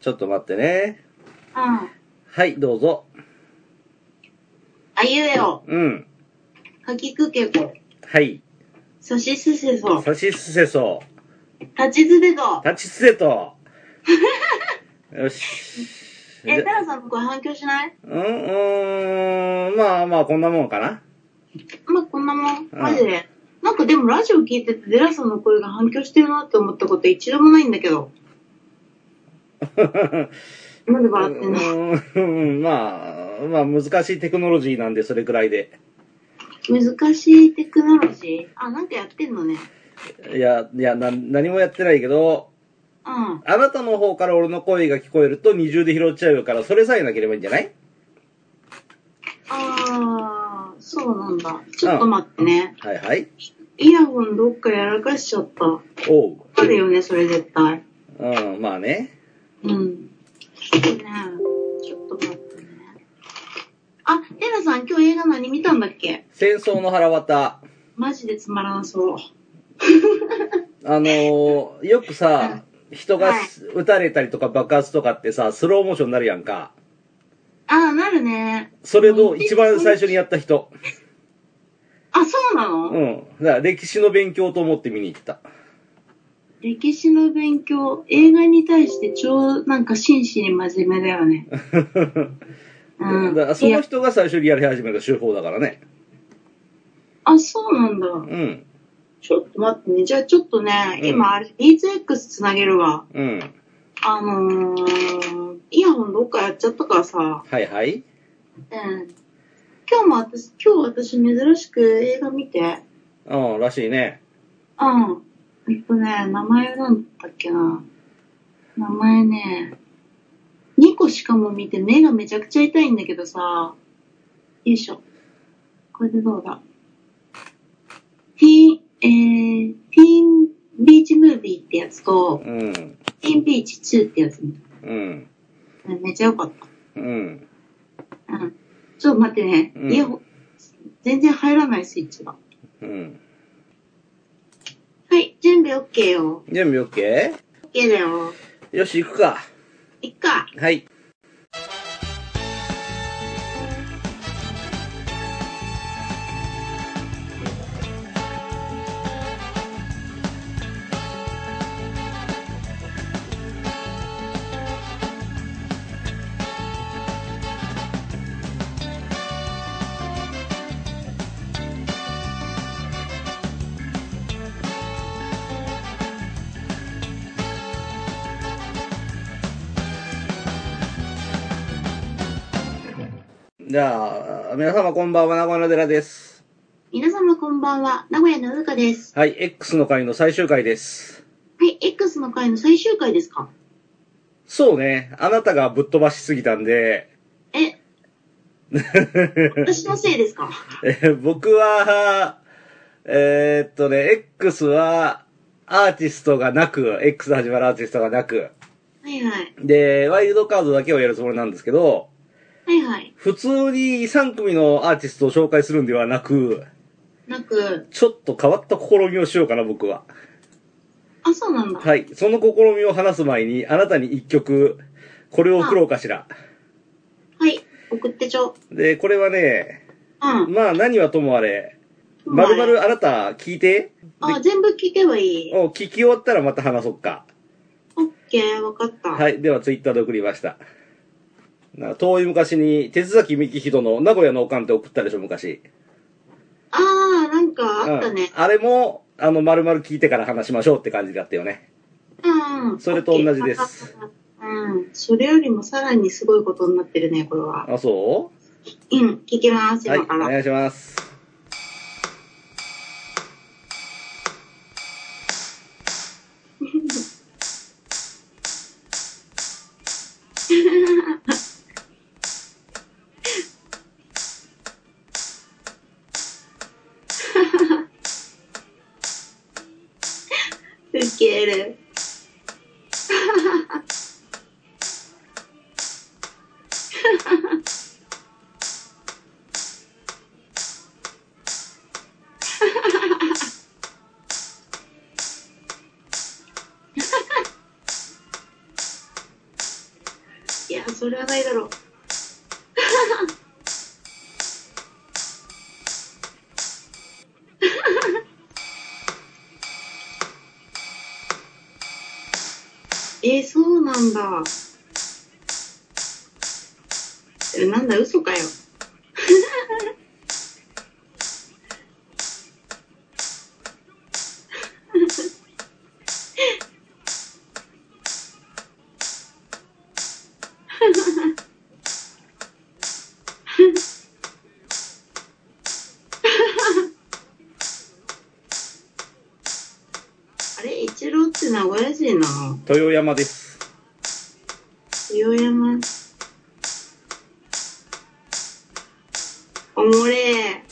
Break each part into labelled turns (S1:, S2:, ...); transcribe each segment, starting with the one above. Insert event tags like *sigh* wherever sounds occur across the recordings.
S1: ちょっと待ってね。
S2: うん。
S1: はい、どうぞ。
S2: あゆえお、
S1: うん。
S2: かきくけこ、
S1: はい。
S2: そしすせそ、
S1: さしすせそ。
S2: たちつてと。
S1: 立ちすせと。よし。
S2: え、タラさんこれ反響しない
S1: うん、うーん、まあまあ、こんなもんかな。
S2: まあ、こんなもん。マジで。なんかでもラジオ聞いてて、デラさんの声が反響してるなって思ったこと一度もないんだけど。なんで
S1: う
S2: 笑ってんの
S1: ーん、まあ、まあ、難しいテクノロジーなんで、それくらいで。
S2: 難しいテクノロジーあ、なんかやってんのね。
S1: いや、いや、な、何もやってないけど、
S2: うん。
S1: あなたの方から俺の声が聞こえると二重で拾っちゃうから、それさえなければいいんじゃない
S2: あー、そうなんだ。ちょっと待ってね。
S1: はいはい。
S2: イヤホンどっかやらかしちゃった。
S1: おう。
S2: あるよね、それ絶対。
S1: うん、まあね。
S2: うん。ちょっとね、ちょっと待ってね。あ、テラさん今日映画何見たんだっけ
S1: 戦争の腹渡。
S2: マジでつまらなそう。
S1: あのー、よくさ、人がす撃たれたりとか爆発とかってさ、スローモーションになるやんか。
S2: あー、なるね。
S1: それの一番最初にやった人。
S2: あ、そうなの、
S1: うん。だから歴史の勉強と思って見に行った。
S2: 歴史の勉強、映画に対して超なんか真摯に真面目だ
S1: *laughs*
S2: よね。うん。
S1: だからそ
S2: い
S1: の
S2: や
S1: 人が最初にやり始めた手法だからね。
S2: あ、そうなんだ。
S1: うん。
S2: ちょっと待ってね。じゃあちょっとね、
S1: うん
S2: 今、あれ、ビーズ X つなげるわ。
S1: うん。
S2: あのー、イヤホンどっかやっちゃったからさ。
S1: はいはい。
S2: うん。今日も私、今日私珍しく映画見て。
S1: うん、らしいね。
S2: うん。えっとね、名前なんだっけな。名前ね、2個しかも見て目がめちゃくちゃ痛いんだけどさ。よいしょ。これでどうだ。ティーン、えー、ティーンビーチムービーってやつと、
S1: うん。
S2: ティーンビーチ2ってやつ見
S1: うん。
S2: た。めっちゃ良かった。
S1: うん。
S2: うん。ちょっと待ってね。
S1: うん
S2: イヤホン全然入らないスイッチが。
S1: うん。
S2: はい、準備 OK よ。
S1: 準備 OK?
S2: OK だよ。
S1: よし、行くか。
S2: いっか。
S1: はい。じゃあ、皆様こんばんは、名古屋の寺です。
S2: 皆様こんばんは。名古屋のうかです。
S1: はい、X の会の最終回です。
S2: はい、X の回の最終回ですか
S1: そうね、あなたがぶっ飛ばしすぎたんで、
S2: え私のせいですか
S1: えー僕は、えーっとね、X は、アーティストがなく、X で始まるアーティストがなく、
S2: はいはい。
S1: で、ワイルドカードだけをやるつもりなんですけど、
S2: はいはい。
S1: 普通に3組のアーティストを紹介するんではなく、
S2: なく、
S1: ちょっと変わった試みをしようかな、僕は。
S2: あ、そうなんだ。
S1: はい。その試みを話す前に、あなたに1曲、これを送ろうかしら。
S2: はい、送ってちょ。
S1: で、これはね、
S2: うん。
S1: まあ何はともあれ、
S2: うん
S1: まるまるあなた聞いて、
S2: あ、全部聞けばいい。
S1: お聞き終わったらまた話そっか。
S2: オッケー、わかった。。
S1: はいい。では、ツイッターで送りました。な遠い昔に、手崎幹人の名古屋のおかんって送ったでしょ、昔。
S2: あー、なんかあったね。
S1: うんあれも、あの、丸々聞いてから話しましょうって感じだったよね。
S2: うん。うん、
S1: それと同じです
S2: オッケー。うん。それよりもさらにすごいことになってるね、これは。
S1: あ、そ
S2: うん、聞きます、
S1: うはい、
S2: 今
S1: お
S2: から。
S1: 願いします。
S2: ウケる。いや、それはないだろう。えー、そうなんだ。えなんだ、嘘かよ。あれ、一郎って名古屋人なの
S1: 豊山です。
S2: 岩山。おもれー。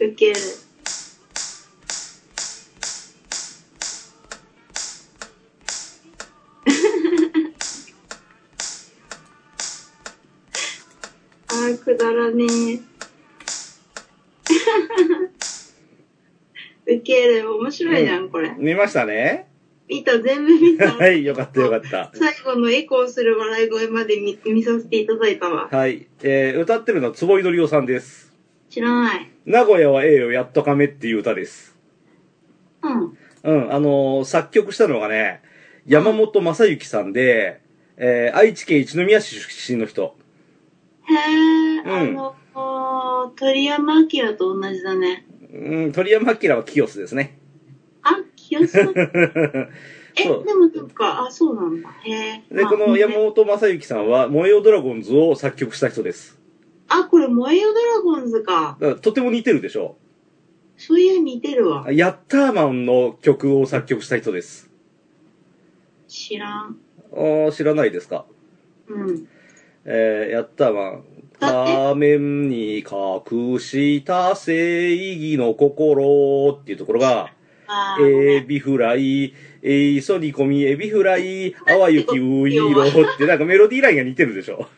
S2: ウケる。あーくだらねえ。ウケる。面白いじゃん、これ。
S1: 見ましたね
S2: 見た、全部見た。
S1: *laughs* はい、よかったよかった。
S2: 最後のエコーする笑い声まで見見させていただいたわ。
S1: はい、えー、歌ってるのは坪井のりおさんです。
S2: 知らない。
S1: 名古屋はええよ、やっとかめっていう歌です。
S2: うん。
S1: うん、あのー作曲したのがね、山本正幸さんで、えー、愛知県一宮市出身の人。
S2: へえ、
S1: うん
S2: あの、鳥山明と同じだね。
S1: うん、鳥山明はキヨスですね。
S2: あ、清さ *laughs* ん。え、
S1: *laughs*
S2: で
S1: そう
S2: もなんか、あ、そうなんだ。へえ。
S1: で、
S2: まあ
S1: この山本正幸さんは、燃えよドラゴンズを作曲した人です。
S2: あ、これ、燃えよドラゴンズか。
S1: だからとても似てるでしょ
S2: そういや、似てるわ。
S1: ヤッターマンの曲を作曲した人です。
S2: 知らん。
S1: あー知らないですか
S2: うん。
S1: えー、ヤッターマン。
S2: だって
S1: 画面に隠した正義の心っていうところが、
S2: あー
S1: エビフライ、えいそ煮込みエビフライ、あわゆきういろって、なんかメロディーラインが似てるでしょ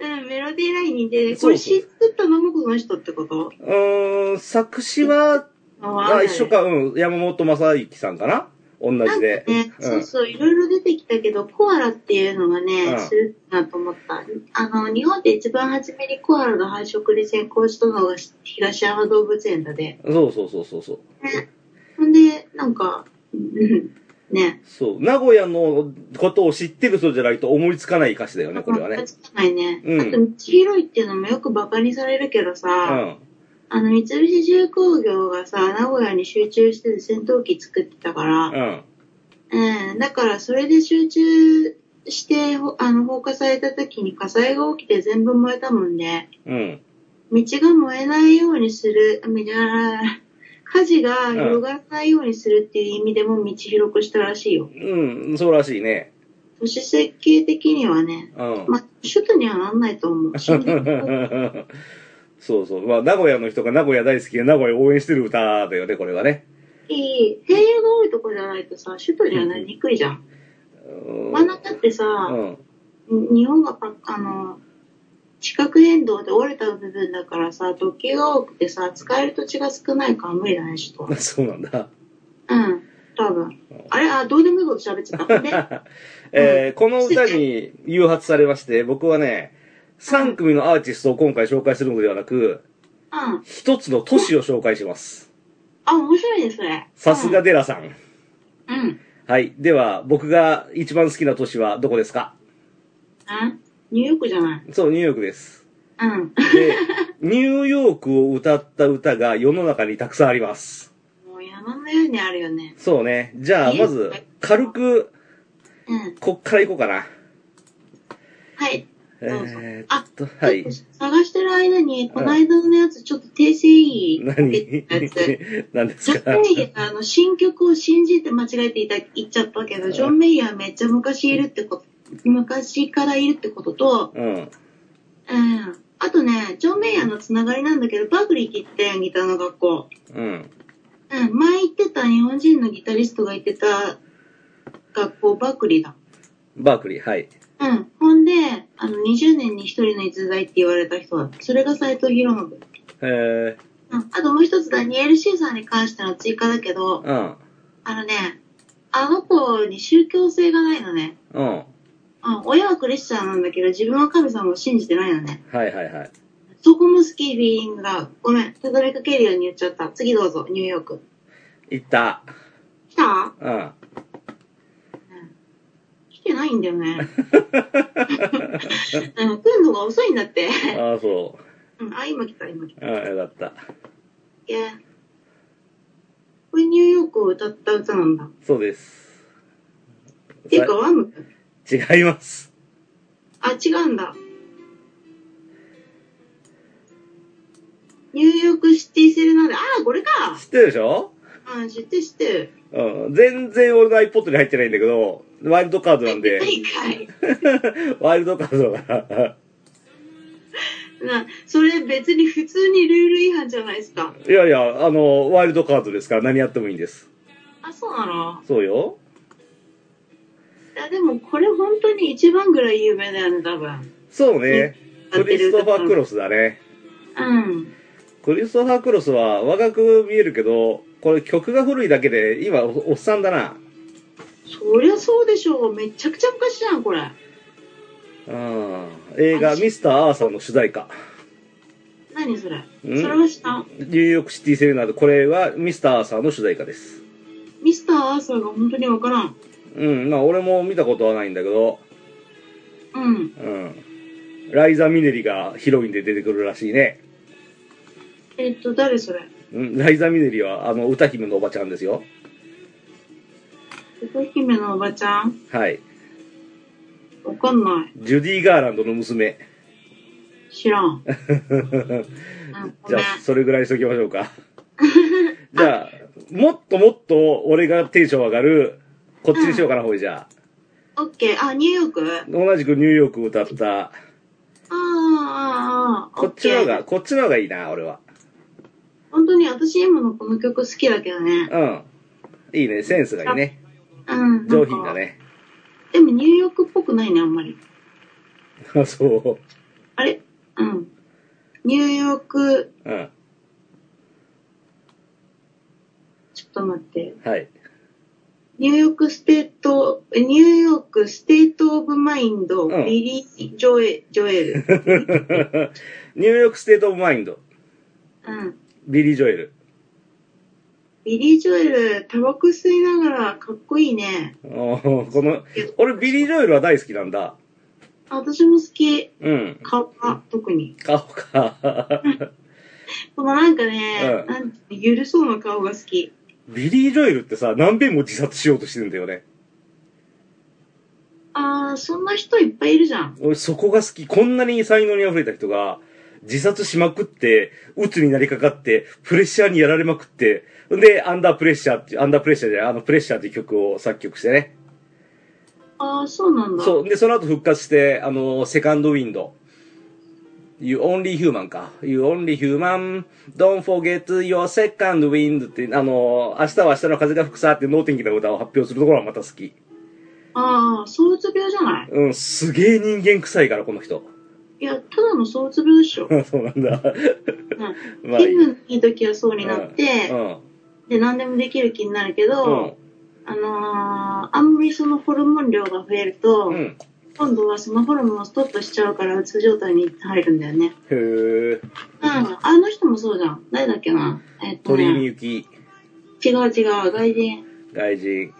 S2: うん、メロディーライン似てる。
S1: そ
S2: こ
S1: う
S2: れ、詩作ったのもこの人ってこと
S1: うーん、作詞は
S2: あ
S1: あ、一緒。か、うん。山本正幸さんかな同
S2: なん
S1: じ
S2: か
S1: で。
S2: ね、
S1: うん
S2: そうそう、いろいろ出てきたけど、コアラっていうのがね、
S1: うん
S2: するなと思った。あの、日本で一番初めにコアラの繁殖に先行したのが東山動物園だで。
S1: そうそうそうそうそう。
S2: ね。ほんで、なんか、うんね。
S1: そう。名古屋のことを知ってる人じゃないと思いつかない歌詞だよね、これはね。
S2: つかないね。
S1: うん
S2: あと、道広いっていうのもよくバカにされるけど
S1: う
S2: さ、
S1: ん。
S2: あの、三菱重工業がさ、名古屋に集中してて戦闘機作ってたから、
S1: うん。
S2: うん、だからそれで集中して、ほあの、放火された時に火災が起きて全部燃えたもんね。
S1: うん。
S2: 道が燃えないようにする、あみ *laughs* じゃあ火事が広がらないようにするっていう意味でも道広くしたらしいよ。
S1: うん。そうらしいね。
S2: 都市設計的にはね、
S1: うん。
S2: まあ、首都にはなんない
S1: *laughs*
S2: と思う。森林法
S1: そうそう。まあ、名古屋の人が名古屋大好きで名古屋を応援してる歌だよね、これはね。
S2: いい、平野が多いとこじゃないとさ、首都にはなりにくいじゃん。
S1: うん
S2: 真ん中ってさ、
S1: うん。
S2: 日本がパあの地殻変動で折れた部分だからさ突起が多くてさ使える土地が少ないから無理だねちょっと
S1: *laughs* そうなんだ。
S2: うん多分あれあどうでもいいこと喋っち
S1: *laughs*
S2: ゃったで
S1: えーこの歌に誘発されまして、僕はね、3組のアーティストを今回紹介するのではなく、
S2: うん
S1: 一つの都市を紹介します。
S2: あ面白いねそれ
S1: さすがデラさん。
S2: うん、うん
S1: はい。では、僕が一番好きな都市はどこですか
S2: あニューヨークじゃない
S1: そう、ニューヨークです。
S2: うん
S1: で、ニューヨークを歌った歌が世の中にたくさんあります。
S2: もう山のようにあるよね
S1: そうね。じゃあ、まず、軽く、
S2: うん
S1: こっから行こうかな。
S2: はい
S1: えー、っと、は。
S2: はい探してる間にこの間のやつちょっと訂正いい
S1: 何
S2: やつ
S1: *laughs* 何で
S2: ジ
S1: す
S2: ョン・
S1: か
S2: メイヤーの新曲を信じて間違えていた言っちゃったけど、ジョン・メイヤーめっちゃ昔いるってこと、昔からいるってことと、
S1: うん。
S2: うん。あとね、ジョン・メイヤーのつながりなんだけど、バグリー切ってんギターの学校。
S1: うん。
S2: うん、前行ってた日本人のギタリストが行ってた学校、バグリーだ。
S1: バークリー、はい。
S2: うん。ほんで、あの、20年に一人の逸材って言われた人だ。それが斎藤博信。
S1: えー、
S2: ううんあともう一つ、ダニエル・シーさんに関しての追加だけど、
S1: うん。
S2: あのね、あの子に宗教性がないのね。
S1: うん。は
S2: うん、親はクリスチャンなんだけど、自分は神様を信じてないのね。
S1: いはいはい。
S2: そこも好き、フィーリングが。ごめん、畳みかけるように言っちゃった。次どうぞ、ニューヨーク。
S1: 行った。
S2: 来た
S1: うん。
S2: 来てないんだよね。うん、来るのが遅いんだって。
S1: ああ、そ
S2: うん、あ、今来た、今来た。
S1: う。うん、よかった。
S2: いや。これニューヨークを歌った歌なんだ。っ
S1: そうです。
S2: ていうか、ワム
S1: さ違います。
S2: あ、違うんだ。ニューヨークシティセレナーデ。ああ、これか。
S1: 知ってるでしょ
S2: うん、知ってる知ってる。
S1: うん。全然俺の iPod に入ってないんだけど、ワイルドカードなんで
S2: は、い、はい。
S1: ワイルドカードだから。
S2: な、それ別に普通にルール違反じゃないですか。
S1: *laughs* いやいや、あの、ワイルドカードですから何やってもいいんです。
S2: あ、そうなの
S1: そうよ。
S2: いや、でもこれ本当に一番ぐらい有名だよね、多分。
S1: そうね。
S2: うん
S1: クリストファー・クロスだね。
S2: うん。
S1: クリストファー・クロスは若く見えるけど、これ曲が古いだけで、今おおっさんだな。
S2: そりゃそうでしょう。めちゃくちゃ昔じゃん、これ。
S1: うん。映画、ミスター・アーサーの主題歌。
S2: 何それ。そ
S1: うん
S2: れは知った。
S1: ニューヨークシティセレナード、これはミスター・アーサーの主題歌です。
S2: ミスター・アーサーが本当にわからん。
S1: うん、まあ俺も見たことはないんだけど、
S2: うん。
S1: うん。ライザ・ミネリがヒロインで出てくるらしいね。
S2: えっと、誰それ。
S1: うん、ライザ・ミネリは、あの、歌姫のおばちゃんですよ。
S2: 歌姫のおばちゃん
S1: はい。
S2: わかんない。
S1: ジュディ・ガーランドの娘。
S2: 知ら
S1: *laughs*
S2: ん。うん、ご
S1: じゃ
S2: めん
S1: あ。、それぐらいにしときましょうか。 *laughs* じゃあ、もっともっと俺がテンション上がる、こっちにしようかな、ほいじゃあ。
S2: オッケー。あ、ニューヨークあー
S1: 同じくニューヨーク歌った、
S2: あー、あーあー。
S1: こっちの方
S2: オッケ
S1: が、
S2: ー。
S1: こっちの方がいいな、俺は。
S2: 本当に私今のこの曲好きだけどね。
S1: うん。いいね、センスがいいね。
S2: うん。
S1: 上品だ
S2: なんか。
S1: ね。
S2: でもニューヨークっぽくないね、あんまり。
S1: あ、 *laughs* そ
S2: あれうん。ニューヨーク、
S1: う。うん。
S2: ちょっと待って。
S1: はい。 *laughs*
S2: ニューヨークステート、えニューヨークステートオブマインド、
S1: うん
S2: ビリー・ジョエジョエル。
S1: ニューヨークステートオブマインド、
S2: うん。
S1: ビリー・ジョエル。
S2: ビリー・ジョエル、タバコ吸いながらかっこいいね。
S1: おーこの、俺ビリー・ジョエルは大好きなんだ。
S2: あ私も好き。
S1: うん。
S2: 顔が、特に。
S1: 顔か。
S2: このなんか
S1: う
S2: ね、
S1: ん
S2: なんてゆるそうな顔が好き。
S1: ビリー・ジョエルってさ、何遍も自殺しようとしてるんだよね。
S2: あー、そんな人いっぱいいるじゃん。
S1: 俺そこが好き。こんなに才能に溢れた人が、自殺しまくって、鬱になりかかって、プレッシャーにやられまくって、で、アンダープレッシャーって、アンダープレッシャーじゃない、あの、プレッシャーっていう曲を作曲してね。
S2: あー、そうなんだ。
S1: そう。で、その後復活して、あの、セカンドウィンド。You only human か。You only human. Don't forget your second wind って、あの、明日は明日の風が吹くさって能天気な歌を発表するところはまた好き。
S2: あー、躁うつ病じゃない
S1: うん、すげえ人間臭いから、この人。 *laughs*
S2: いや、ただの躁うつ病でしょ。うん。
S1: そうなんだ。まあい
S2: 気
S1: い。うん。
S2: 分いい時はそうになって、で、何でもできる気になるけ
S1: う
S2: ど、
S1: ん。
S2: あのー、あんまりそのホルモン量が増えると、
S1: うん。
S2: 今度はそのホルモンをストップしちゃうからうつ状態に入るんだよね。
S1: へえ。
S2: うん。あの人もそうじゃん。誰だっけなえっと、
S1: 鳥居み
S2: ね、
S1: ゆき、
S2: 違う違う、外人。
S1: 外人。
S2: えっ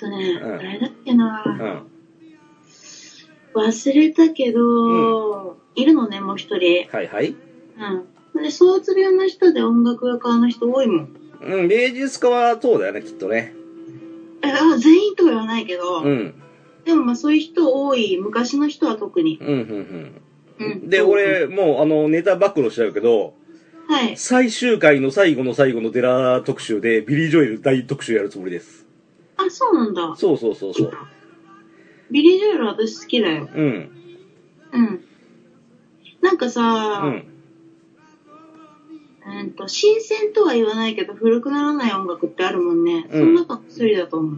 S2: とね、
S1: うん
S2: 誰だっけな、
S1: うん。
S2: 忘れたけど、いるのね、もう一人。
S1: はいはい。
S2: うん。で、そうつ病の人で音楽家の人多いもん。
S1: うん、芸術家はそうだよね、きっとね。
S2: えあ全員とは言わないけど、
S1: うん。
S2: でもまあそういう人多い、昔の人は特に。
S1: うん、うん、
S2: う
S1: うん。
S2: ん。
S1: で、
S2: そう
S1: 俺、もう、あの、ネタ暴露しちゃうけど、
S2: はい。
S1: 最終回の最後の最後のデラ特集で、ビリー・ジョエル大特集やるつもりです。
S2: あ、そうなんだ。
S1: そうそうそうそう。
S2: ビリー・ジョエル私好きだよ。
S1: うん。
S2: うん。なんか
S1: う
S2: さ、
S1: ん。
S2: うんと新鮮とは言わないけど古くならない音楽ってあるもんね。
S1: うん
S2: その中の一人だと思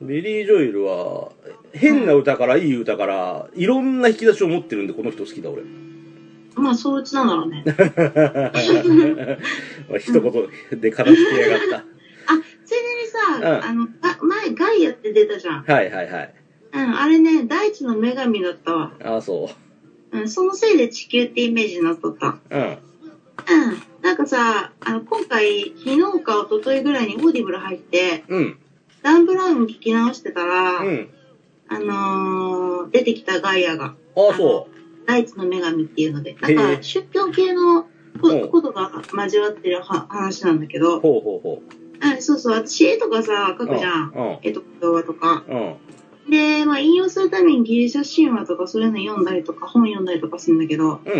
S2: う。
S1: ビリー・ジョエルは、変な歌からいい歌から、いろんな引き出しを持ってるんで、この人好きだ、俺。 *laughs*
S2: まあ、そううちなんだろうね。
S1: 一言で片付けやがっ
S2: あ、ついでにさ、
S1: うん
S2: あの、が前、ガイアって出たじゃん。
S1: た。はいはいはい。
S2: うん、あれね、大地の女神だったわ。
S1: ああ、そ
S2: うん、そのせいで地球ってイメージになっとった。
S1: う。うん。
S2: うん。なんかさ、あの、今回、昨日か一昨日ぐらいにオーディブル入って、
S1: うん。
S2: ダン・ブラウン聞き直してたら、
S1: うん。
S2: あのー出てきたガイアが、
S1: ああ、そ
S2: 大地の女神っていうので、な
S1: へえ
S2: んか、宗教系の
S1: うん
S2: こことが交わってるは話なんだけ
S1: う。
S2: ど、
S1: ほうほうほ
S2: うん、そうそう、私絵とかさ、
S1: う。
S2: 描くじゃん。
S1: う
S2: 絵とか動画とか。
S1: ん。うん。
S2: で、まあ、引用するためにギリシャ神話とかそういうの読んだりとか、本読んだりとかするんだけど、
S1: うん。
S2: う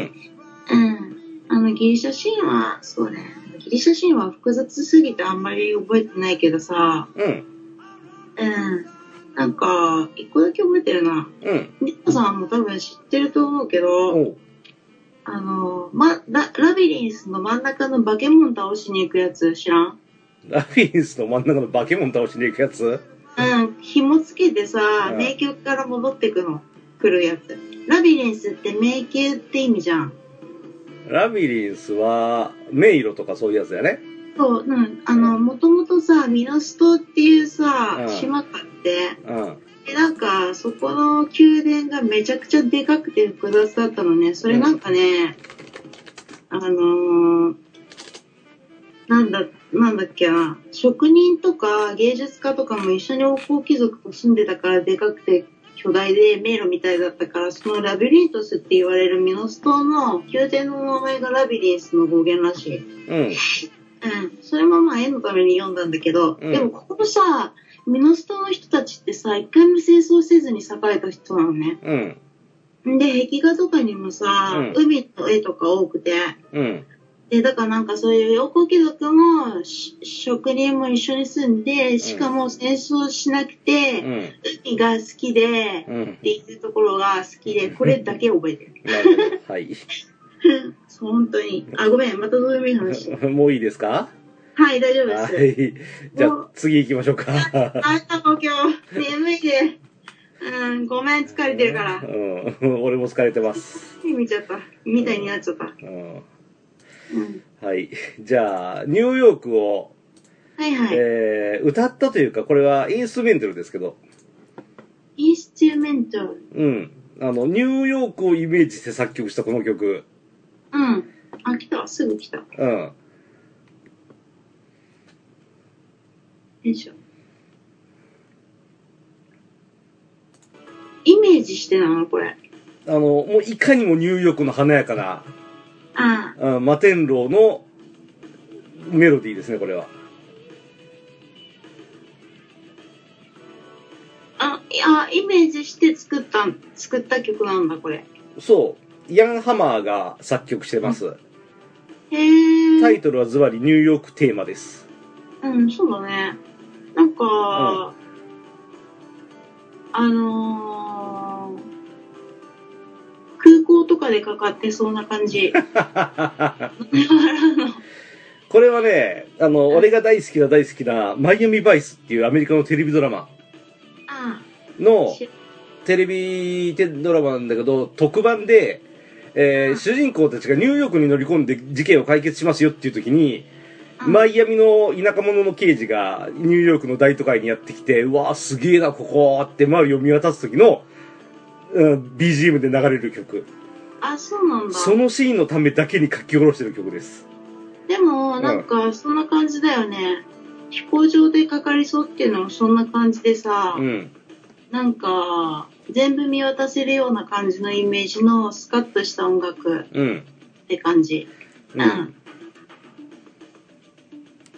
S2: ん。あの、ギリシャ神話、そうね。ギリシャ神話は複雑すぎてあんまり覚えてないけどさ、
S1: うん。
S2: うん。なんか、一個だけ覚えてるな。
S1: うん。
S2: ニコさんも多分知ってると思うけど、
S1: おう。
S2: あの、ま、ララビリンスの真ん中の化け物倒しに行くやつ知らん
S1: ラビリンスの真ん中の化け物倒しに行くやつ
S2: うん、紐つけてさ
S1: う、ん
S2: 迷宮から戻ってくの。来るやつ。ラビリンスって迷宮って意味じゃん。
S1: ラビリンスは、迷路とかそういうやつだよね。
S2: そう、うん。あの、もともとさ、ミノス島っていうさ、
S1: うん
S2: 島があって、
S1: うん。
S2: で、なんか、そこの宮殿がめちゃくちゃでかくて複雑だったのね。それなんかね、あのー、なんだ、なんだっけな、職人とか芸術家とかも一緒に王侯貴族と住んでたからでかくて巨大で迷路みたいだったから、そのラビリントスって言われるミノス島の宮殿の名前がラビリンスの語源らしい。
S1: うん。
S2: うん、それもまあ絵のために読んだんだけど、
S1: うん
S2: でもここのさ、ミノス島の人たちってさ、一回も戦争せずに栄えた人なのね。
S1: うん。
S2: で、壁画とかにもさ、
S1: うん
S2: 海の絵とか多くて、
S1: うん。
S2: で、だからなんかそういう横貴族も、し職人も一緒に住んで、しかも戦争しなく
S1: う
S2: て、
S1: ん。
S2: 海が好きで、っ
S1: うん。
S2: ていうところが好きで、これだけ覚えてる。
S1: なるほど。はい。
S2: そう、本当に。あ、ごめん、またどうでもいい話。
S1: もういいですか
S2: はい、大丈夫です。
S1: はい。じゃあ、次行きましょうか。
S2: あんたも今日、眠いで。うん、ごめん、疲れてるから。
S1: うん。俺も疲れてます。
S2: 見ちゃった。みたいになっちゃった。
S1: うん。
S2: うん。
S1: はい。じゃあ、ニューヨークを、
S2: はいはい。
S1: えー、歌ったというか、これはインストゥルメンタルですけど、
S2: インストゥルメント。
S1: うん。あの、ニューヨークをイメージして作曲したこの曲。
S2: うん。あ、来た。すぐ来た。よ
S1: うん。
S2: いしょ。イメージしてなのこれ。
S1: あの、もういかにもニューヨークの華やかな、
S2: あ
S1: あ摩天楼のメロディーですね、これは。
S2: あ、いや、イメージして作った、作った曲なんだ、これ。
S1: そう。ヤンハマーが作曲してます。
S2: へー。
S1: タイトルはズバリニューヨークテーマです。
S2: うん、そうだね。なんか、あのー、空港とかでかかってそうな感じ。
S1: これはね、あの、
S2: うん
S1: 俺が大好きな大好きな、マイアミバイスっていうアメリカのテレビドラマ
S2: あ
S1: の、テレビドラマなんだけど、特番で、えー主人公たちがニューヨークに乗り込んで事件を解決しますよっていう時に、マ
S2: あ
S1: イアミの田舎者の刑事がニューヨークの大都会にやってきて、うわーすげえな、ここって周りを見渡す時の、うん、BGM で流れる曲。
S2: あ、そうなんだ。
S1: そのシーンのためだけに書き下ろしてる曲です。
S2: でも、なんか、そんな感じだよね。飛行場でかかりそうっていうのもそんな感じでさ、
S1: うん。
S2: なんか、全部見渡せるような感じのイメージのスカッとした音楽
S1: うん。
S2: って感じ。
S1: う
S2: うんん。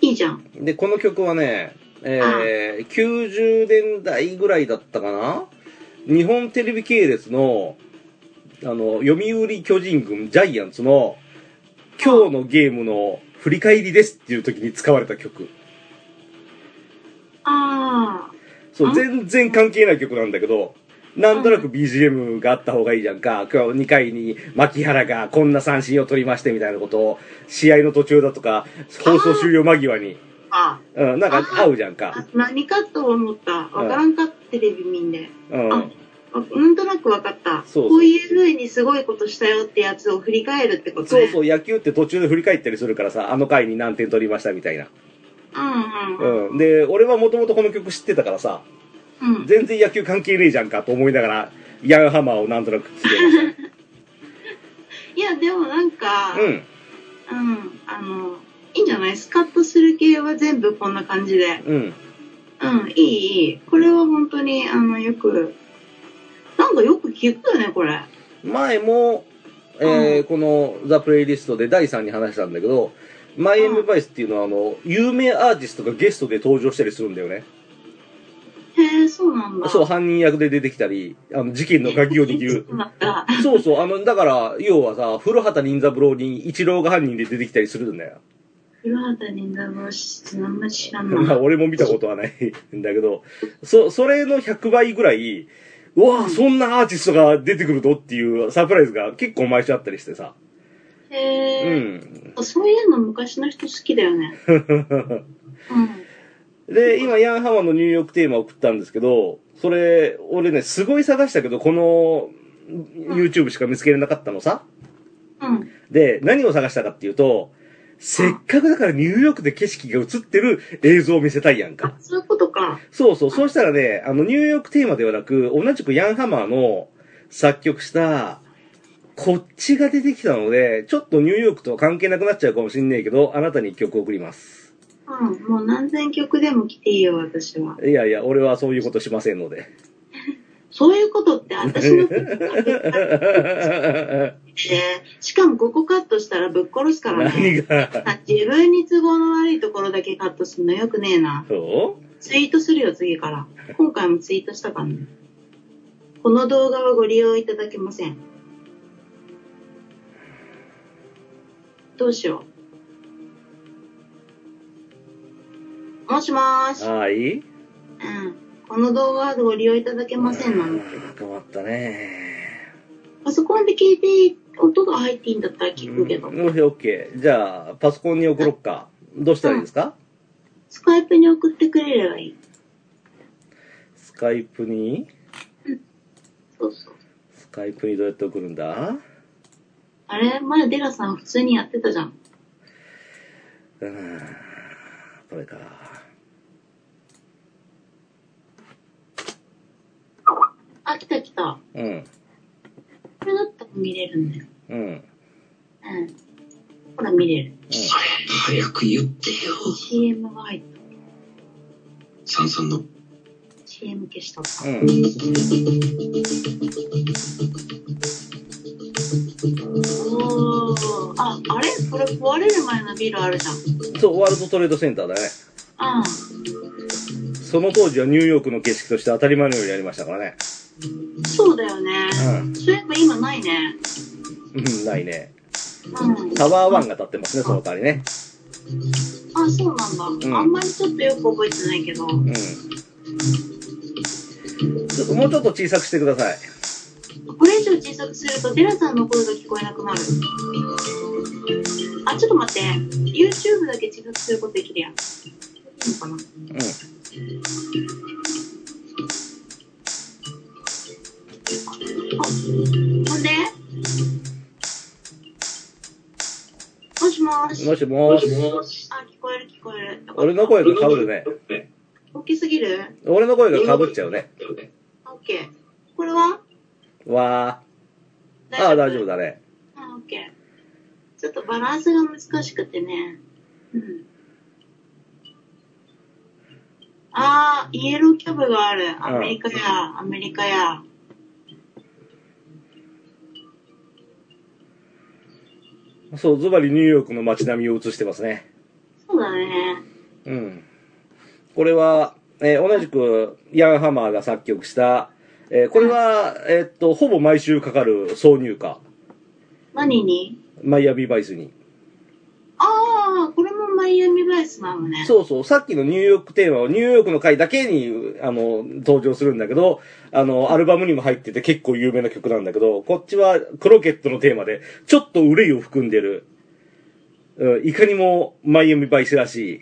S2: いいじゃん。
S1: で、この曲はね、えー、90年代ぐらいだったかな日本テレビ系列の、あの、読売巨人軍ジャイアンツの、今日のゲームの振り返りですっていう時に使われた曲。
S2: ああ、
S1: そうう、
S2: ん
S1: 全然関係ない曲なんだけど、なんとなく BGM があった方がいいじゃんか。今日2回に牧原がこんな三振を取りましてみたいなことを、試合の途中だとか、放送終了間際に、
S2: あ
S1: うん、なんか合うじゃんか。
S2: あ何かと思った。わからんか、テレビ見んで。
S1: うん
S2: あ。なんとなく分かった。
S1: そうそう
S2: こういう風にすごいことしたよってやつを振り返るってこと
S1: そう
S2: ね。う。
S1: そう、野球って途中で振り返ったりするからさ、あの回に何点取りましたみたいな。
S2: うんう
S1: う
S2: ん。
S1: ん。で、俺はもともとこの曲知ってたからさ、
S2: うん。
S1: 全然野球関係ねえじゃんかと思いながら、ヤンハマーをなんとなくつけまし
S2: いや、でもなんか、 *laughs*
S1: た。うん。
S2: うん、あの、いいんじゃないスカッとする系は全部こんな感じで。
S1: うん。
S2: うん、いい、いい。これは本当に、あの、よく、なんかよく聞くよね、これ。
S1: 前も、えーこのザ・プレイリストで第3に話したんだけど、マイエムバイスっていうのは、あの、有名アーティストがゲストで登場したりするんだよね。
S2: へえ、そうなんだ。
S1: そう、犯人役で出てきたり、あの、事件の鍵を握る
S2: そ。うなんだ。
S1: そうそう、あの、だから、要はさ、古畑任三郎に一郎が犯人で出てきたりするんだよ。
S2: 古畑任三郎し、あんま知らん
S1: まあ、
S2: な。
S1: 俺も見たことはないんだけど、そ、それの100倍ぐらい、うわあ、そんなアーティストが出てくるのっていうサプライズが結構毎週あったりしてさ。う
S2: へえ、
S1: ん。
S2: そういうの昔の人好きだよね。うん。
S1: で、今、ヤンハマの入浴テーマ送ったんですけど、それ、俺ね、すごい探したけど、この、YouTube しか見つけれなかったのさ。
S2: うん。
S1: で、何を探したかっていうと、せっかくだからニューヨークで景色が映ってる映像を見せたいやん
S2: *laughs*
S1: か
S2: あ。、そういうことか。
S1: そうそう、そうしたらね、あの、ニューヨークテーマではなく、同じくヤンハマーの作曲した、こっちが出てきたので、ちょっとニューヨークとは関係なくなっちゃうかもしんないけど、あなたに一曲送ります。
S2: うん、もう何千曲でも来ていいよ、私は。
S1: いやいや、俺はそういうことしませんので。
S2: そういうことって私のことだけだって、しかもここカットしたらぶっ殺すからね。
S1: 何が、
S2: あ自分に都合の悪いところだけカットするのよくねえな。
S1: そ
S2: ツイートするよ、次から。今回もツイートしたからね。この動画はご利用いただけません。どうしよう。もしもーし
S1: う。はい
S2: うん。この動画はご利用いただけませんなんだけど。
S1: 困ったね。
S2: パソコンで聞いて、音が入っていいんだったら聞くけど。
S1: うんオッケーオッケー。じゃあ、パソコンに送ろっか。どうしたらいいですか、
S2: スカイプに送ってくれればいい。
S1: スカイプに
S2: そうそう。
S1: スカイプにどうやって送るんだ
S2: あれ前デラさん普通にやってたじゃん。
S1: うーん、これか。
S2: あ、来た来た。
S1: うん、
S2: これだったら見れるんだよ。
S1: うん。
S2: うん。ほら見れる。
S3: 早く言ってよ。
S2: CM が入った。
S3: さんさんの。
S2: CM 消した。
S1: うん。
S2: おー。あ、あれこれ壊れる前のビルあるじゃん。
S1: そう、ワールドトレードセンターだね。
S2: あ
S1: その当時はニューヨークの景色として当たり前のようにありましたからね。
S2: あ、そうだよね。そういえば今ないね。
S1: うん。うん、ないね。
S2: うん。
S1: タワーワンが立ってますね、その代わりね。
S2: あ、そうなんだ。
S1: ん
S2: あんまりちょっとよく覚えてないけど。
S1: うん。ちょっともうちょっと小さくしてください。
S2: これ以上小さくするとデラさんの声が聞こえなくなるあちょっと待って YouTube だけ小さくすることできるやんいいのかな
S1: うん。
S2: ほんでもしもーし
S1: もしもし。
S2: あ聞こえる聞こえる
S1: 俺の声が被るね。
S2: 大きすぎる
S1: 俺の声が被っちゃうね。
S2: ?OK これは
S1: わー。ああ、大丈夫だね。
S2: あ OK ちょっとバランスが難しくてねうんああイエローキャブがあるアメリカやアメリカや
S1: そう、ズバリニューヨークの街並みを映してますね。
S2: そうだね
S1: うん。これは、えー同じく、ヤンハマーが作曲した、えーこれは、えーっと、ほぼ毎週かかる挿入歌、
S2: 何に
S1: マイアミバイスに。
S2: ああこれもマイアミバイスなのね
S1: そうそう、さっきのニューヨークテーマはニューヨークの回だけに、あの、登場するんだけど、あの、アルバムにも入ってて結構有名な曲なんだけど、こっちはクロケットのテーマで、ちょっと憂いを含んでる、うん、いかにもマイアミバイスらしい、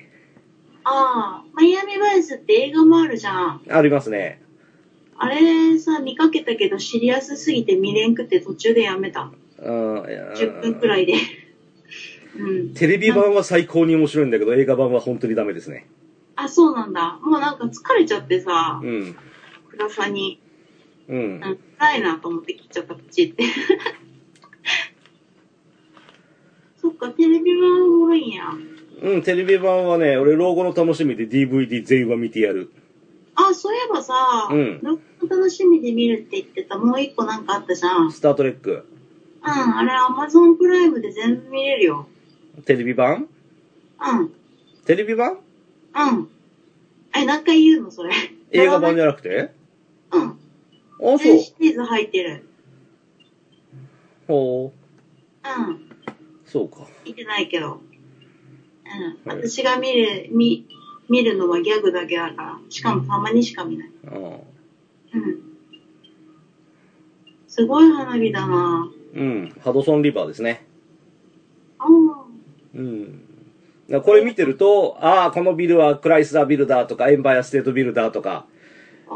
S2: ああマイアミバイスって映画もあるじゃん
S1: ありますね。
S2: ああれさ、見かけたけど知りやすすぎて見れんくて途中でやめた。10分くら
S1: い。
S2: いで。うん。
S1: テレビ版は最高に面白いんだけど、映画版は本当にダメですね。
S2: あ、そうなんだ。もうなんか疲れちゃってさ、
S1: うん。
S2: 暗さに、
S1: うん。
S2: なんか辛いなと思って切っちゃった、プチって。 *laughs* そっか、テレビはおもろいんや。
S1: うん、テレビ版はね、俺老後の楽しみで DVD 全話見てやる。
S2: あ、そういえばさ、
S1: うん
S2: 録画楽しみで見るって言ってたもう一個なんかあったじゃん。うん、
S1: スタートレック。
S2: あれ Amazon プライムで全部見れるよ。
S1: テレビ版
S2: うん、
S1: テレビ版
S2: うん。え、何回言うのそれ。
S1: 映画版じ
S2: ゃ
S1: ゃなくて
S2: うん。
S1: あ、そう
S2: 全。シリーズ入ってる。
S1: ほ
S2: うん。
S1: う。そうか。
S2: 見てないけど。うん。
S1: はい
S2: 私が見る、見、見るのはギャグだけだから。しかもたまにしか見ない。
S1: うん。
S2: うん。すごい花火だな
S1: うん。ハドソンリバーですね。
S2: ああ。
S1: うん。だからこれ見てると、ああ、このビルはクライスラービルだとか、エンバイアステートビルだとか、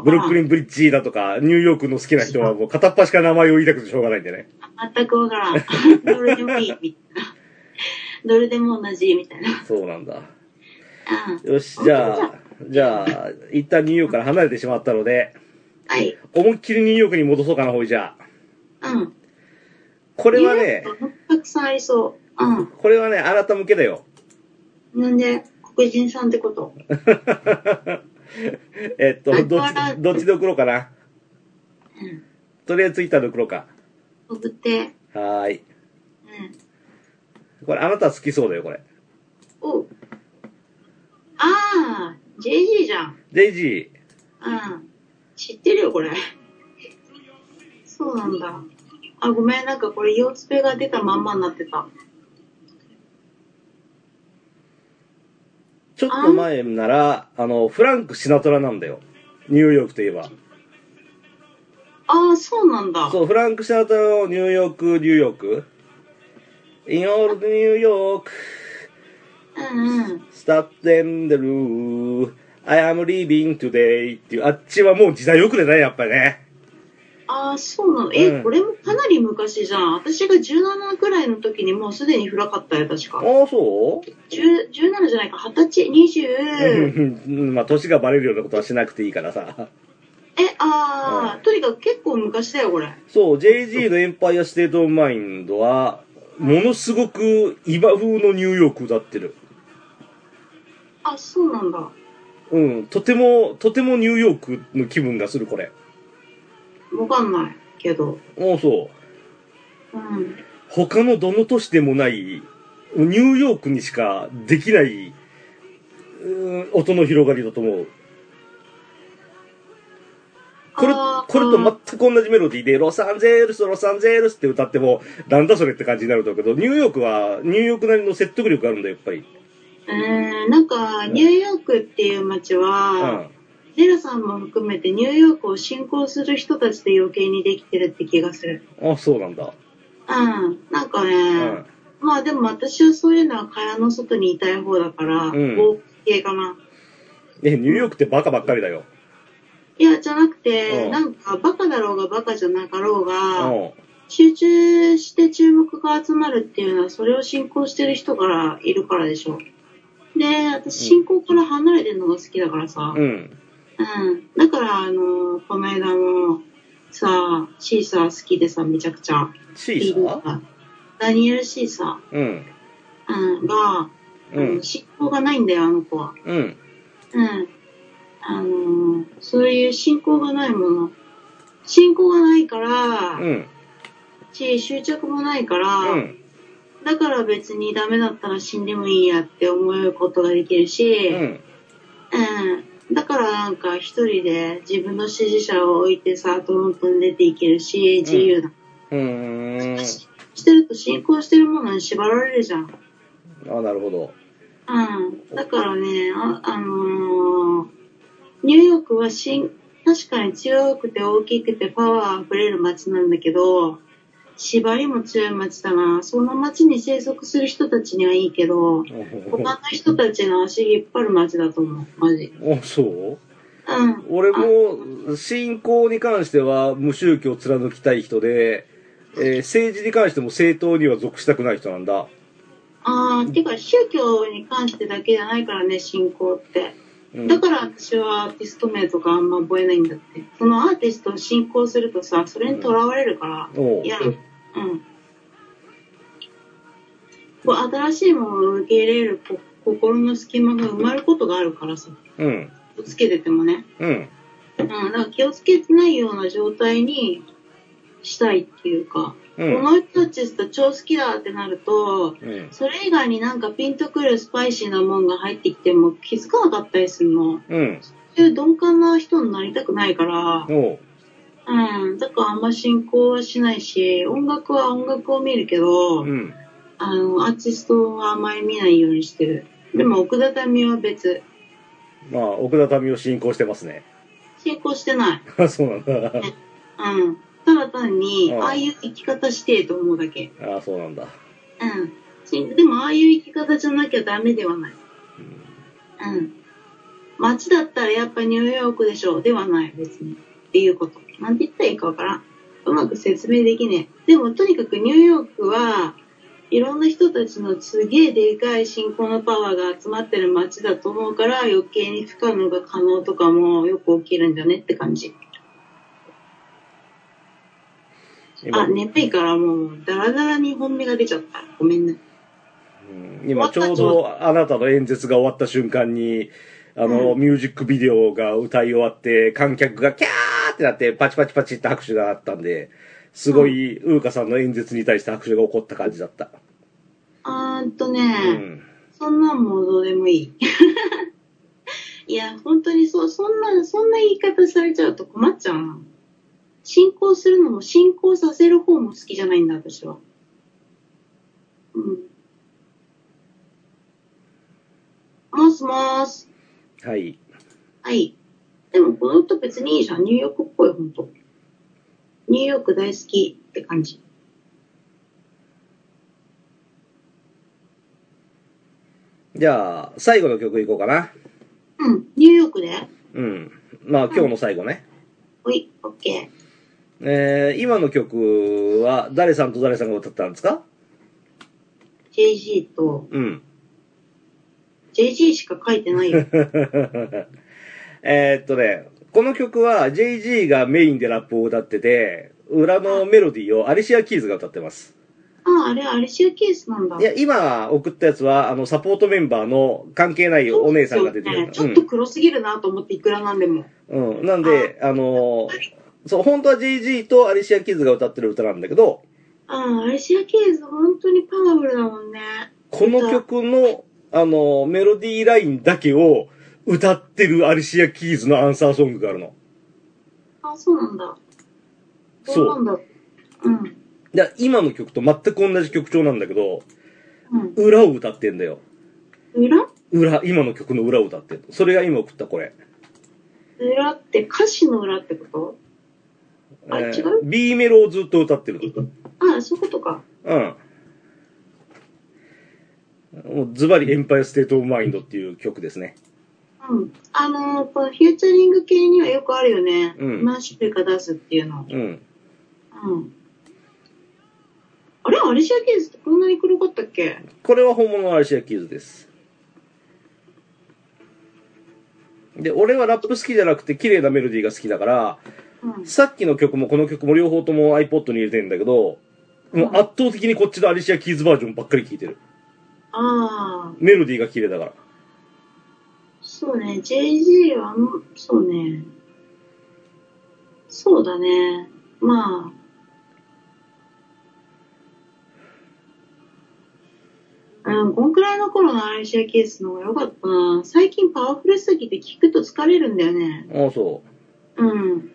S1: ブルックリ
S2: ン。
S1: ンブリッジだとか、ニューヨークの好きな人はもう片っ端から名前を言いたくてしょうがないんでね。
S2: 全くわから
S1: *laughs*
S2: ん。どれでもいい、みたいな。どれでも同じ、みたいな。
S1: そうなんだ。
S2: うん。
S1: よし、じゃあ、じゃあ、一旦ニューヨークから離れてしまったので、
S2: はい。
S1: 思いっきりニューヨークに戻そうかな、ほいじゃあ。
S2: うん。
S1: これはね
S2: ニュ、ーヨークたくさんありそう。うん。
S1: これはね、あなた向けだよ。
S2: なんで、黒人さんってこと
S1: えっと、どっ
S2: あ
S1: ち、どっちで送ろうかな。
S2: うん。
S1: とりあえずツイッターで送ろうか。
S2: 送って。
S1: はーい。
S2: うん。
S1: これあなた好きそうだよ、これ。
S2: おうああ、JG じゃん。
S1: デイジ
S2: うん。知ってるよ、これ。そうなんだ。あ、ごめん、なんかこれ、腰つべが出たまんまになってた。
S1: ー、ちょっと前なら、あの、フランク・シナトラなんだよ。ニューヨークといえば。
S2: ああ、そうなんだ。
S1: そう、フランク・シナトラのニューヨーク、ニューヨーク。インオールドニューヨーク。
S2: うんうん。
S1: スタッテンデルー、I am leaving today っていう、あっちはもう時代遅れだね、やっぱりね。
S2: ああ、そうなの。え、
S1: うん
S2: これもかなり昔じゃん。私が17くらいの時にもうすでに古かったよ、確
S1: あ
S2: か。
S1: あ、そう
S2: 10 17じゃないか、20歳、
S1: う
S2: 20。
S1: んうん *laughs* まあ、年がバレるようなことはしなくていいからさ。
S2: え、ああ、とにかく結構昔だよ、これ。
S1: そう、JG のエンパイアステートオブマインドは、ものすごく今風のニューヨーク歌ってる。
S2: あ、そうなんだ。
S1: うん、とても、とてもニューヨークの気分がする、これ。
S2: わかんないけど。
S1: ああ、そう。
S2: うん。
S1: 他のどの都市でもない、ニューヨークにしかできない、うん音の広がりだと思う。これ、
S2: あー
S1: これと全く同じメロディーで、ロサンゼルス、ロサンゼルスって歌っても、なんだそれって感じになるんだろうけど、ニューヨークは、ニューヨークなりの説得力があるんだよ、やっぱり。
S2: えー、なんか、ニューヨークっていう街は、ゼラさんも含めてニューヨークを信仰する人たちで余計にできてるって気がする。
S1: うん。あ、そうなんだ。
S2: うん。なんかね、
S1: うん。
S2: まあでも私はそういうのは蚊帳の外にいたい方だから、
S1: ん
S2: 合計かな。
S1: え、ニューヨークってバカばっかりだよ。
S2: いや、じゃな
S1: う
S2: くて、
S1: ん
S2: なんかバカだろうがバカじゃなかろう
S1: う
S2: が、
S1: ん。
S2: 集中して注目が集まるっていうのは、それを信仰してる人からいるからでしょ。で、私信仰から離れてるのが好きだからさ、う。
S1: うんん。
S2: だから、あの、この間も、さ、シーサー好きでさ、めちゃくちゃ。
S1: シーサー
S2: ダニエル・シーサ
S1: うん。
S2: ー、うん、が、
S1: う
S2: あ
S1: ん
S2: の。信仰がないんだよ、あの子は。
S1: うん。
S2: うん。あのーそういう信仰がないもの。信仰がないから、
S1: うん。
S2: し、執着もないから、
S1: うん。
S2: だから別にダメだったら死んでもいいやって思うことができるし、
S1: う
S2: うん。
S1: ん。
S2: だからなんか一人で自分の支持者を置いてさ、トロントに出ていけるし、自由だ。
S1: うーん。
S2: してると信仰してるものに縛られるじゃん。
S1: あ、なるほど。
S2: うん。だからね、あ、あのーニューヨークはしん確かに強くて大きくてパワー溢れる街なんだけど、縛りも強い街だな。その街に生息する人たちにはいいけど、他の人たちの足引っ張る街だと思う、マジ。
S1: あ、そう
S2: うん。
S1: 俺も信仰に関しては無宗教を貫きたい人で、えー政治に関しても政党には属したくない人なんだ。
S2: ああ、てか宗教に関してだけじゃないからね、信仰って。
S1: うん
S2: だから私はアーティスト名とかあんま覚えないんだって。そのアーティストを信仰するとさ、それにとらわれるから。
S1: おう
S2: いや、うん。こう新しいものを受け入れるこ心の隙間が埋まることがあるからさ、
S1: うん。
S2: 気をつけててもね。
S1: うん。
S2: うん、だから気をつけてないような状態にしたいっていうか、
S1: う
S2: こ
S1: ん。
S2: の人たちと超好きだってなると、
S1: うん。
S2: それ以外になんかピンとくるスパイシーなもんが入ってきても気づかなかったりするの。
S1: うん。
S2: そういう鈍感な人になりたくないか
S1: お
S2: ら、
S1: う
S2: うん、だからあんま進行はしないし、音楽は音楽を見るけど、
S1: うん。
S2: あの、アーティストはあまり見ないようにしてる。でも、奥田民は別。
S1: まあ、奥田民を信仰してますね。 *laughs*
S2: 成功してない。
S1: あそうなんだ。
S2: うん。ただ単に、
S1: うん
S2: ああいう生き方してえと思うだけ。
S1: ああ、そうなんだ。
S2: うんし。でも、ああいう生き方じゃなきゃダメではない。うん。街だったらやっぱニューヨークでしょう。ではない、別に。っていうこと。なんて言ったらいいかわからん。うまく説明できねえ。でも、とにかくニューヨークは、いろんな人たちのすげえでかい信仰のパワーが集まってる街だと思うから、余計に不可能が可能とかもよく起きるんだねって感じ。
S1: 今、
S2: あ、眠いからもう、ダラダラに本音が出ちゃった。ごめんね。
S1: うん今ちょうどあなたの演説が終わった瞬間に、あの、
S2: う
S1: ミュージックビデオが歌い終わって、観客がキャーってなって、パチパチパチって拍手があったんで、すごい、ウーカさんの演説に対して拍手が起こった感じだった。
S2: あーっとね、
S1: うん。
S2: そんなんもうどうでもいい。 *laughs* いや、本当にそう、そんな、そんな言い方されちゃうと困っちゃうな。進行するのも進行させる方も好きじゃないんだ、私は。うん。もしもーす。
S1: はい。
S2: はい。でもこの人別にいいじゃん。ニューヨークっぽい、ほんと。ニューヨーク大好きって感じ。
S1: じゃあ、最後の曲いこうかな。
S2: うん。ニューヨークで
S1: うん。まあ、今日の最後ね。
S2: おい、オッケー。
S1: えー、今の曲は、誰さんと誰さんが歌ったんですか
S2: JG と、
S1: うん。
S2: JG しか書いてな
S1: *laughs*
S2: いよ。
S1: えーっとね、この曲は JG がメインでラップを歌ってて、裏のメロディーをアリシア・キーズが歌ってます。
S2: ああ、あれ、アリシアケースなんだ。
S1: いや、今送ったやつは、あの、サポートメンバーの関係ないお姉さんが出てるような
S2: ちょっと黒すぎるなと思って、いくらなんでも。
S1: うん。うん。なんで、あのーそう、本当は JG とアリシア・キーズが歌ってる歌なんだけど、
S2: ああ、アリシアケース、本当にパワフルだもんね。
S1: この曲の、あのーメロディーラインだけを歌ってるアリシア・キーズのアンサーソングがあるの。
S2: ああ、そうなんだ。
S1: そ
S2: そううなんだ。うん。
S1: だから今の曲と全く同じ曲調なんだけど、
S2: うん。
S1: 裏を歌ってんだよ。
S2: 裏
S1: 裏、今の曲の裏を歌ってる。それが今送ったこれ。
S2: 裏って、歌詞の裏ってことあ違う
S1: ?B メロをずっと歌ってるの。
S2: ああ、そういうことか。
S1: うん。もうズバリエンパイアステートオブマインドっていう曲ですね。
S2: うん。あのーこのフューチャリング系にはよくあるよね。
S1: うん
S2: 何種類か出すっていうの。
S1: うん。
S2: うん。あれアリシアケースってこんなに黒かったっけ
S1: これは本物のアリシア・キーズです。で、俺はラップ好きじゃなくて綺麗なメロディーが好きだから、
S2: うん。
S1: さっきの曲もこの曲も両方とも iPod に入れてんだけど、もう圧倒的にこっちのアリシア・キーズバージョンばっかり聴いてる。
S2: ああ。
S1: メロディーが綺麗だから。
S2: そうね、JG は、うんそうね。そうだね。まあ。うん、こんくらいの頃のアリシア・ケースの方が良かったな。最近パワフルすぎて聞くと疲れるんだよね。
S1: ああ、そ
S2: うん。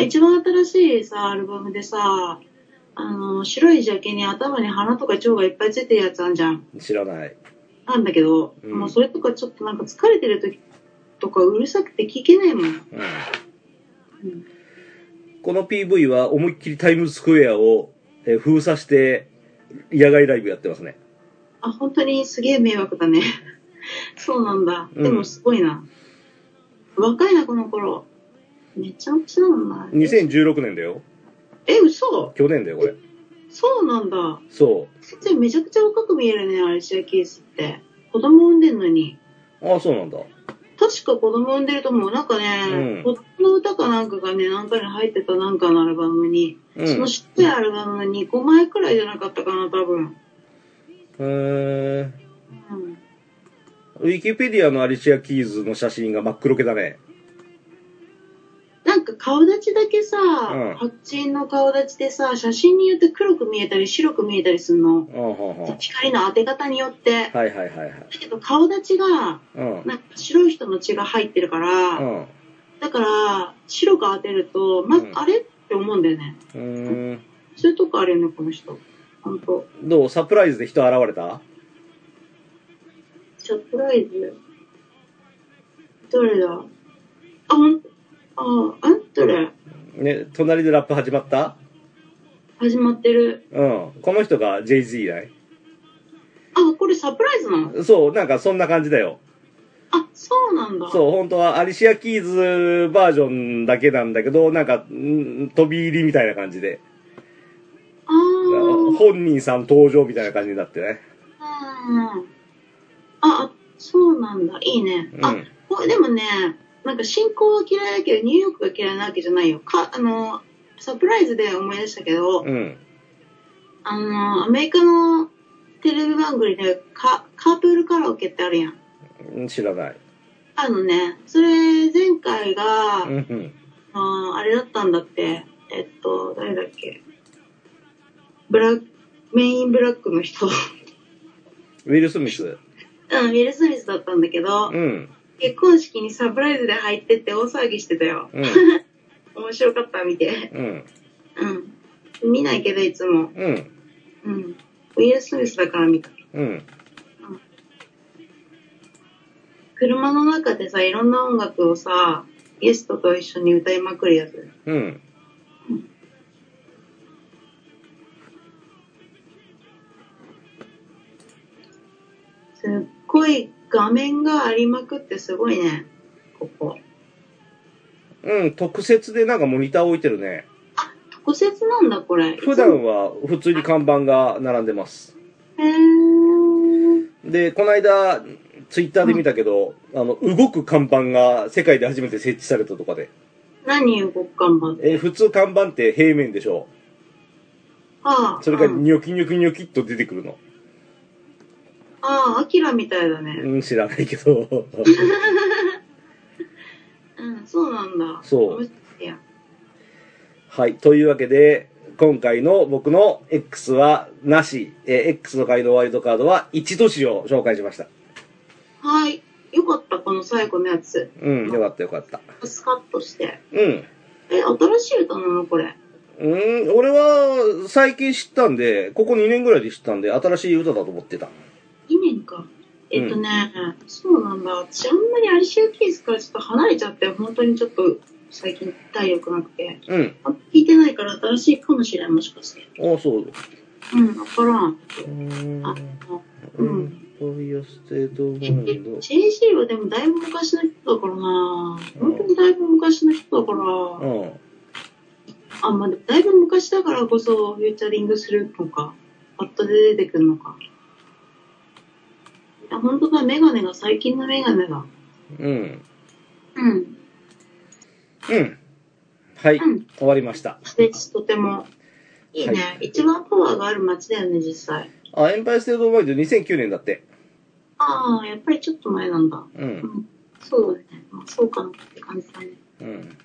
S2: 一番新しいさ、アルバムでさ、あの、白いジャケに頭に花とか蝶がいっぱいついてるやつあんじゃん。
S1: う。知らない。
S2: なんだけど、
S1: うん
S2: もうそれとかちょっとなんか疲れてる時とかうるさくて聞けないもん。
S1: うんこの PV は思いっきりタイムズスクエアをえー封鎖して野外ライブやってますね。
S2: あ、 *laughs* 本当にすげえ迷惑だね。そうなんだ。
S1: うん
S2: でもすごいな。若いな、この頃。めちゃくちゃなんだ。
S1: 2016年だよ。
S2: え、嘘
S1: 去年だよ、これ。
S2: そうなんだ。
S1: そ
S2: 先生、めちゃくちゃ若く見えるね、アリシア・キースって。子供産んでんのに。
S1: う。ああ、そうなんだ。
S2: 確か子供産んでると思う。なんかね、
S1: う
S2: 子供の歌かなんかがね、何回に入ってたなんかのアルバムに。
S1: うん。
S2: その知ってるアルバムが2個前くらいじゃなかったかな、多分。
S1: うーん。
S2: うん。
S1: ウィキペディアのアリシア・キーズの写真が真っ黒けだね。
S2: なんか顔立ちだけさ、
S1: ん
S2: 白人の顔立ちでさ、写真によって黒く見えたり白く見えたりするの。
S1: ああ、は
S2: 光の当て方によって。
S1: あ、はあ。はいはいはいはい。
S2: だけど顔立ちが、
S1: うん。
S2: なんか白い人の血が入ってるから、
S1: うん。
S2: だから、白く当てると、まず、
S1: うん
S2: あれって思うんだよね。
S1: うーん。
S2: そういうとこあるよね、この人。ほんと。
S1: どうサプライズで人現れた
S2: サプライズ。どれだあ、ほん、あ、んどれ
S1: ね、隣でラップ始まった
S2: 始まってる。
S1: うん。この人が JZ だい
S2: あ、これサプライズなの
S1: そう、なんかそんな感じだよ。
S2: あ、そうなんだ。
S1: そう、本当はアリシア・キーズバージョンだけなんだけど、なんか、ん飛び入りみたいな感じで。
S2: あー
S1: 本人さん登場みたいな感じになってね。
S2: うん。あ、そうなんだ。いいね。
S1: う
S2: あ
S1: ん、。
S2: こでもね、なんか進行は嫌いだけど、ニューヨークが嫌いなわけじゃないよ。か、あの、サプライズで思い出したけど、
S1: うん。
S2: あの、アメリカのテレビ番組でカカープールカラオケってあるやん。
S1: うん知らない。
S2: あのね、それ前回が、
S1: うんうん。
S2: あのあれだったんだって、えっと、誰だっけ。ブラック、メインブラックの人。 *laughs*
S1: ウィル・スミス。
S2: うん、ウィル・スミスだったんだけど、
S1: うん。
S2: 結婚式にサプライズで入ってって大騒ぎしてたよ。
S1: うん。
S2: 面白かった、見て。
S1: うん。
S2: うん。見ないけど、いつも。
S1: うん。
S2: うん。ウィル・スミスだから見た。
S1: うん。
S2: 車の中でさ、いろんな音楽をさ、ゲストと一緒に歌いまくるやつ。
S1: うん。
S2: すっごい画面がありまくってすごいね。ここ。
S1: うん。特設でなんかモニター置いてるね。
S2: 特設なんだ、これ。
S1: 普段は普通に看板が並んでます。
S2: へー。
S1: で、この間、ツイッターで見たけど、あの、動く看板が世界で初めて設置されたとかで。
S2: 何動く看板
S1: えー普通看板って平面でしょ
S2: ああ。
S1: それが
S2: うん
S1: ニョキニョキニョキっと出てくるの。
S2: ああ、アキラみたいだね。
S1: うん、知らないけど。 *laughs*
S2: うん、そうなんだ。
S1: そう
S2: 面白いや。
S1: はい。というわけで、今回の僕の X はなし、えー X の回のワイルドカードは1都市を紹介しました。
S2: はい。よかった、この最後のやつ。
S1: うん、よかったよかった。
S2: スカッとして。
S1: うん。
S2: え、新しい歌なのこれ。
S1: うん、俺は最近知ったんで、ここ2年ぐらいで知ったんで、新しい歌だと思ってた。
S2: 2年か。えっとね、そうなんだ。私あんまりアリシア・キースからちょっと離れちゃって、本当にちょっと最近体力なくて。
S1: うん。
S2: あ聞いてないから新しいかもしれん、もしかして。
S1: あ、そう。
S2: うん、わからん。
S1: うん
S2: あの、う。
S1: うんん。ボイオステードバンド。
S2: JC はでもだいぶ昔の人だからな本当にだいぶ昔の人だから、
S1: うん。
S2: あ、まあ、でもだいぶ昔だからこそフューチャリングするのか、パッとで出てくるのか。いや、本当だ、メガネが最近のメガネだ。
S1: うん。
S2: うん。
S1: うん。はい、
S2: うん
S1: 終わりました。
S2: ステージとても。いいね、
S1: は
S2: 一番パワーがある街だよね、実際。
S1: あ、エンパイアステートオブマインド2009年だって。
S2: ああ、やっぱりちょっと前なんだ。
S1: う。
S2: うんん。そうだね。まあ、そうかなって感じだね。
S1: うん。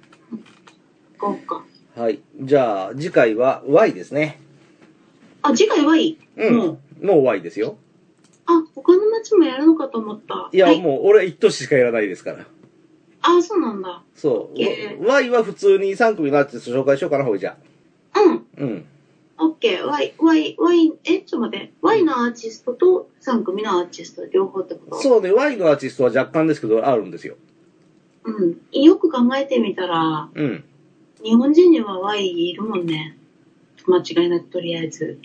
S2: こうか。
S1: はい。じゃあ、次回は Y ですね。
S2: あ、次回はいい。
S1: うん。
S2: もう
S1: も。う Y ですよ。
S2: あ、他の街もやるのかと思った。
S1: いや、
S2: はい、
S1: もう俺は一都市しかやらないですから。
S2: あ、そうなんだ。
S1: そ
S2: いえ
S1: う。Y は普通に3組のアーティスト紹介しようかな、ほいじゃ。
S2: うん。
S1: うん。
S2: オッケー。Y、Y、Y、え、ちょっと待って。Y のアーティストと3組のアーティスト両方ってこと
S1: そうね、Y のアーティストは若干ですけど、あるんですよ。
S2: う。うん。よく考えてみたら、
S1: うん。
S2: 日本人には Y いるもんね。間違いなくとりあえず。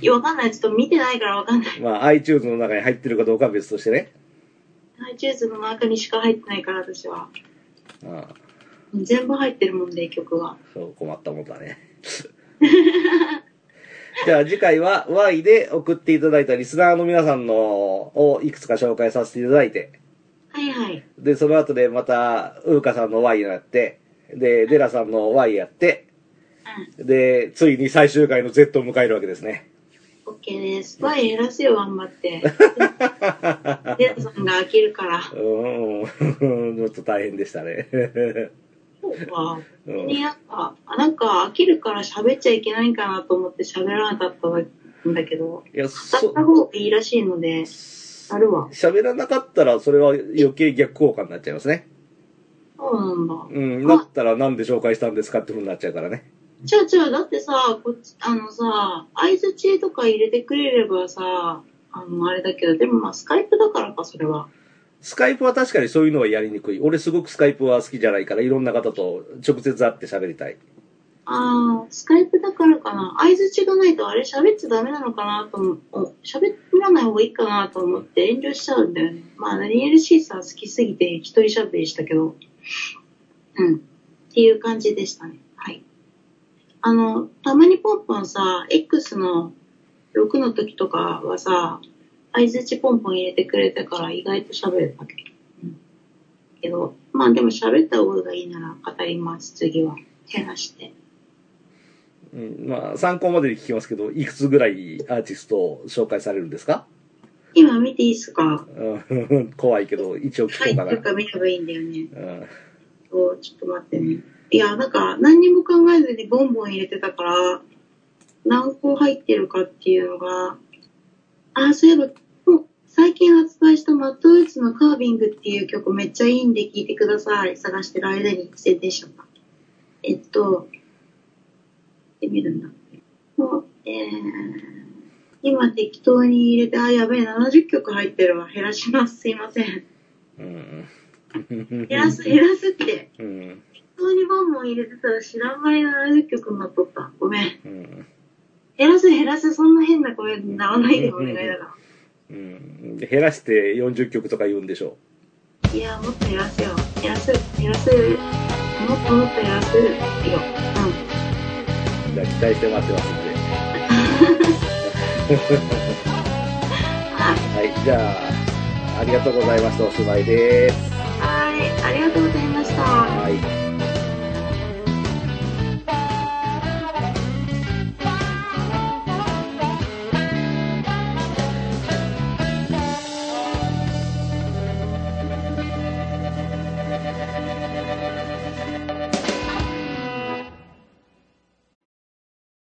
S2: いやわかんない。ちょっと見てないからわかんない。
S1: まあ、iTunes の中に入ってるかどうかは別としてね。
S2: iTunes の中にしか入ってないから私は。
S1: ああ
S2: 全部入ってるもんで、曲が。
S1: そう、困ったもんだね。じゃあ次回は Y で送っていただいたリスナーの皆さんのをいくつか紹介させていただいて、
S2: はいはい。
S1: で、その後でまた、ウーカさんの Y やって、で、デラさんの Y やって、で、ついに最終回の Z を迎えるわけですね。
S2: うん。OK です。バイ減らせよ、頑
S1: *laughs*
S2: 張って。デアさんが飽きるから。
S1: うーん、 *laughs* ちょっと大変でしたね。
S2: そうか。
S1: うん
S2: ね、なんか、あなんか飽きるから喋っちゃいけないかなと思って喋らなかったんだけど、
S1: いや、
S2: 語
S1: そ
S2: った、方がいいらしいので、あるわ。
S1: 喋らなかったらそれは余計逆効果になっちゃいますね。
S2: そうなんだ。
S1: うん、だったらなんで紹介したんですかってふうになっちゃうからね。
S2: じゃあじゃあ、だってさ、こっち、あのさ、相づちとか入れてくれればさ、あの、あれだけど、でもまあ、スカイプだからか、それは。
S1: スカイプは確かにそういうのはやりにくい。俺すごくスカイプは好きじゃないから、いろんな方と直接会って喋りたい。
S2: ああ、スカイプだからかな。相づちがないと、あれ喋っちゃダメなのかなと思う、喋らない方がいいかなと思って遠慮しちゃうんだよね。まあ、DLC さ、好きすぎて一人喋りしたけど、うん。っていう感じでしたね。はい。あの、たまにポンポンさ、X の6の時とかはさ、相づちポンポン入れてくれたから意外と喋れたけど。うん。けど、まあでも喋った方がいいなら語ります、次は。減らして。
S1: うん、まあ、参考までに聞きますけど、いくつぐらいアーティストを紹介されるんですか、
S2: 今見ていいっすか
S1: うん、 *laughs* 怖いけど、一応聞
S2: は
S1: こうかな。
S2: い、とか見ればいいんだよね。
S1: うん、
S2: そうちょっと待ってね。いや、なんか何にも考えずにボンボン入れてたから、何個入ってるかっていうのが、あ、そういえば、もう最近発売したマットウッズのカービングっていう曲めっちゃいいんで聴いてください。探してる間に宣伝しちゃった。えっと、で見るんだ。もう、えー、今適当に入れて、あ、やべえ、70曲入ってるわ。減らします。すいません。
S1: うん。
S2: 減らす、減らすって。
S1: うん。
S2: 普通にボンボン入れてたら知らん間に70曲になっとった。ごめん。
S1: うん。
S2: 減らす減らす、そんな変な声にならないでお願いだか
S1: うん。減らして40曲とか言うんでしょ
S2: ら。いや、もっと減らすよ。減らす、減らす。もっともっと減らすよ。う
S1: う。じゃあ期待して待ってますん
S2: *laughs*
S1: で。
S2: ん。はい。
S1: はい、じゃあ、ありがとうございました。おしまいです。
S2: はい。ありがとうございました。
S1: はい。